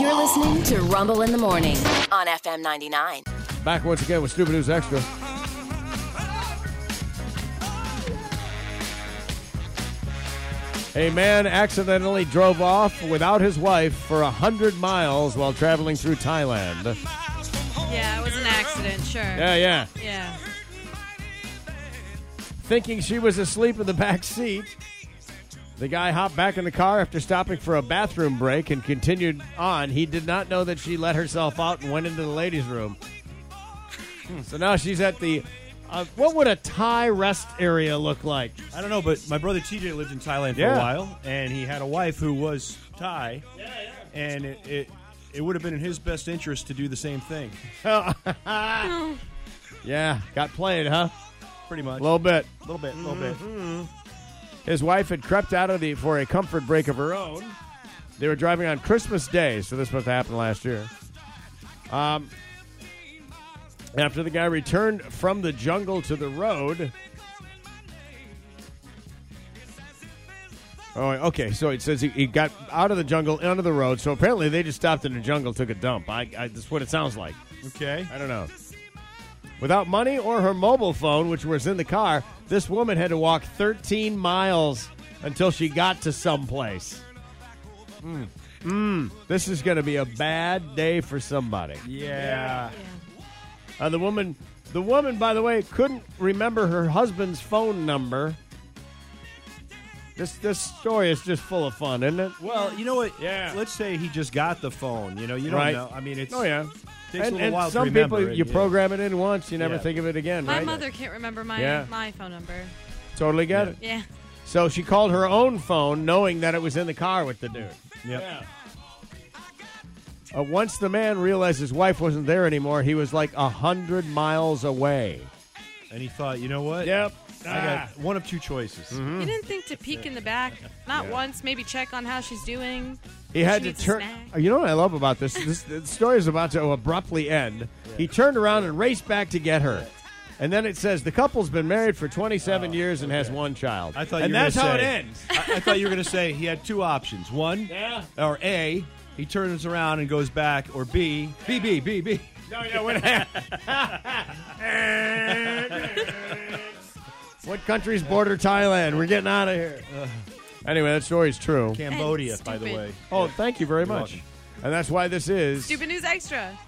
You're listening to Rumble in the Morning on FM 99. Back once again with Stupid News Extra. A man accidentally drove off without his wife for 100 miles while traveling through Thailand. Yeah, it was an accident, sure. Yeah, yeah. Yeah. Thinking she was asleep in the back seat, the guy hopped back in the car after stopping for a bathroom break and continued on. He did not know that she let herself out and went into the ladies' room. So now she's at the. Uh, what would a Thai rest area look like? I don't know, but my brother TJ lived in Thailand for Yeah. a while, and he had a wife who was Thai. Yeah, yeah. And it, it it would have been in his best interest to do the same thing, Yeah, got played, huh? pretty much. A little bit. Mm-hmm. a little bit, a little bit. His wife had crept out of the for a comfort break of her own. They were driving on Christmas Day, so this must have happened last year. Um, after the guy returned from the jungle to the road. Oh, okay. So it says he, he got out of the jungle onto the road. So apparently they just stopped in the jungle, took a dump. I, I that's what it sounds like. Okay. I don't know. Without money or her mobile phone, which was in the car, this woman had to walk 13 miles until she got to someplace. Mm. Mm. This is going to be a bad day for somebody. Yeah. Uh, the woman, the woman, by the way, couldn't remember her husband's phone number. This this story is just full of fun, isn't it? Well, you know what? Yeah. Let's say he just got the phone. You know, you don't Right. know. I mean, it's Oh yeah, and, Takes a little and while to some remember people it, you yeah. program it in once, you never Yeah. think of it again. My right? mother can't remember my Yeah. my phone number. totally get it. Yeah. So she called her own phone, knowing that it was in the car with the dude. Yep. Uh, once the man realized his wife wasn't there anymore, he was like a hundred miles away. And he thought, you know what? I Ah. got one of two choices. Mm-hmm. You didn't think to peek in the back, not once, maybe check on how she's doing. He had She to needs a turn. Uh, snack. You know what I love about this? This, this story is about to abruptly end. He turned around and raced back to get her. And then it says the couple's been married for 27 years and has one child. Oh, I thought and you were that's gonna how it say- ends. I, I thought you were going to say he had two options. One, Yeah. or A, he turns around and goes back, or B, B, B, B, B. No, no, what, what countries border Thailand? We're getting out of here. Anyway, that story's true. Cambodia, by the stupid. way. Oh, thank you very You're much. welcome. And that's why this is Stupid news extra.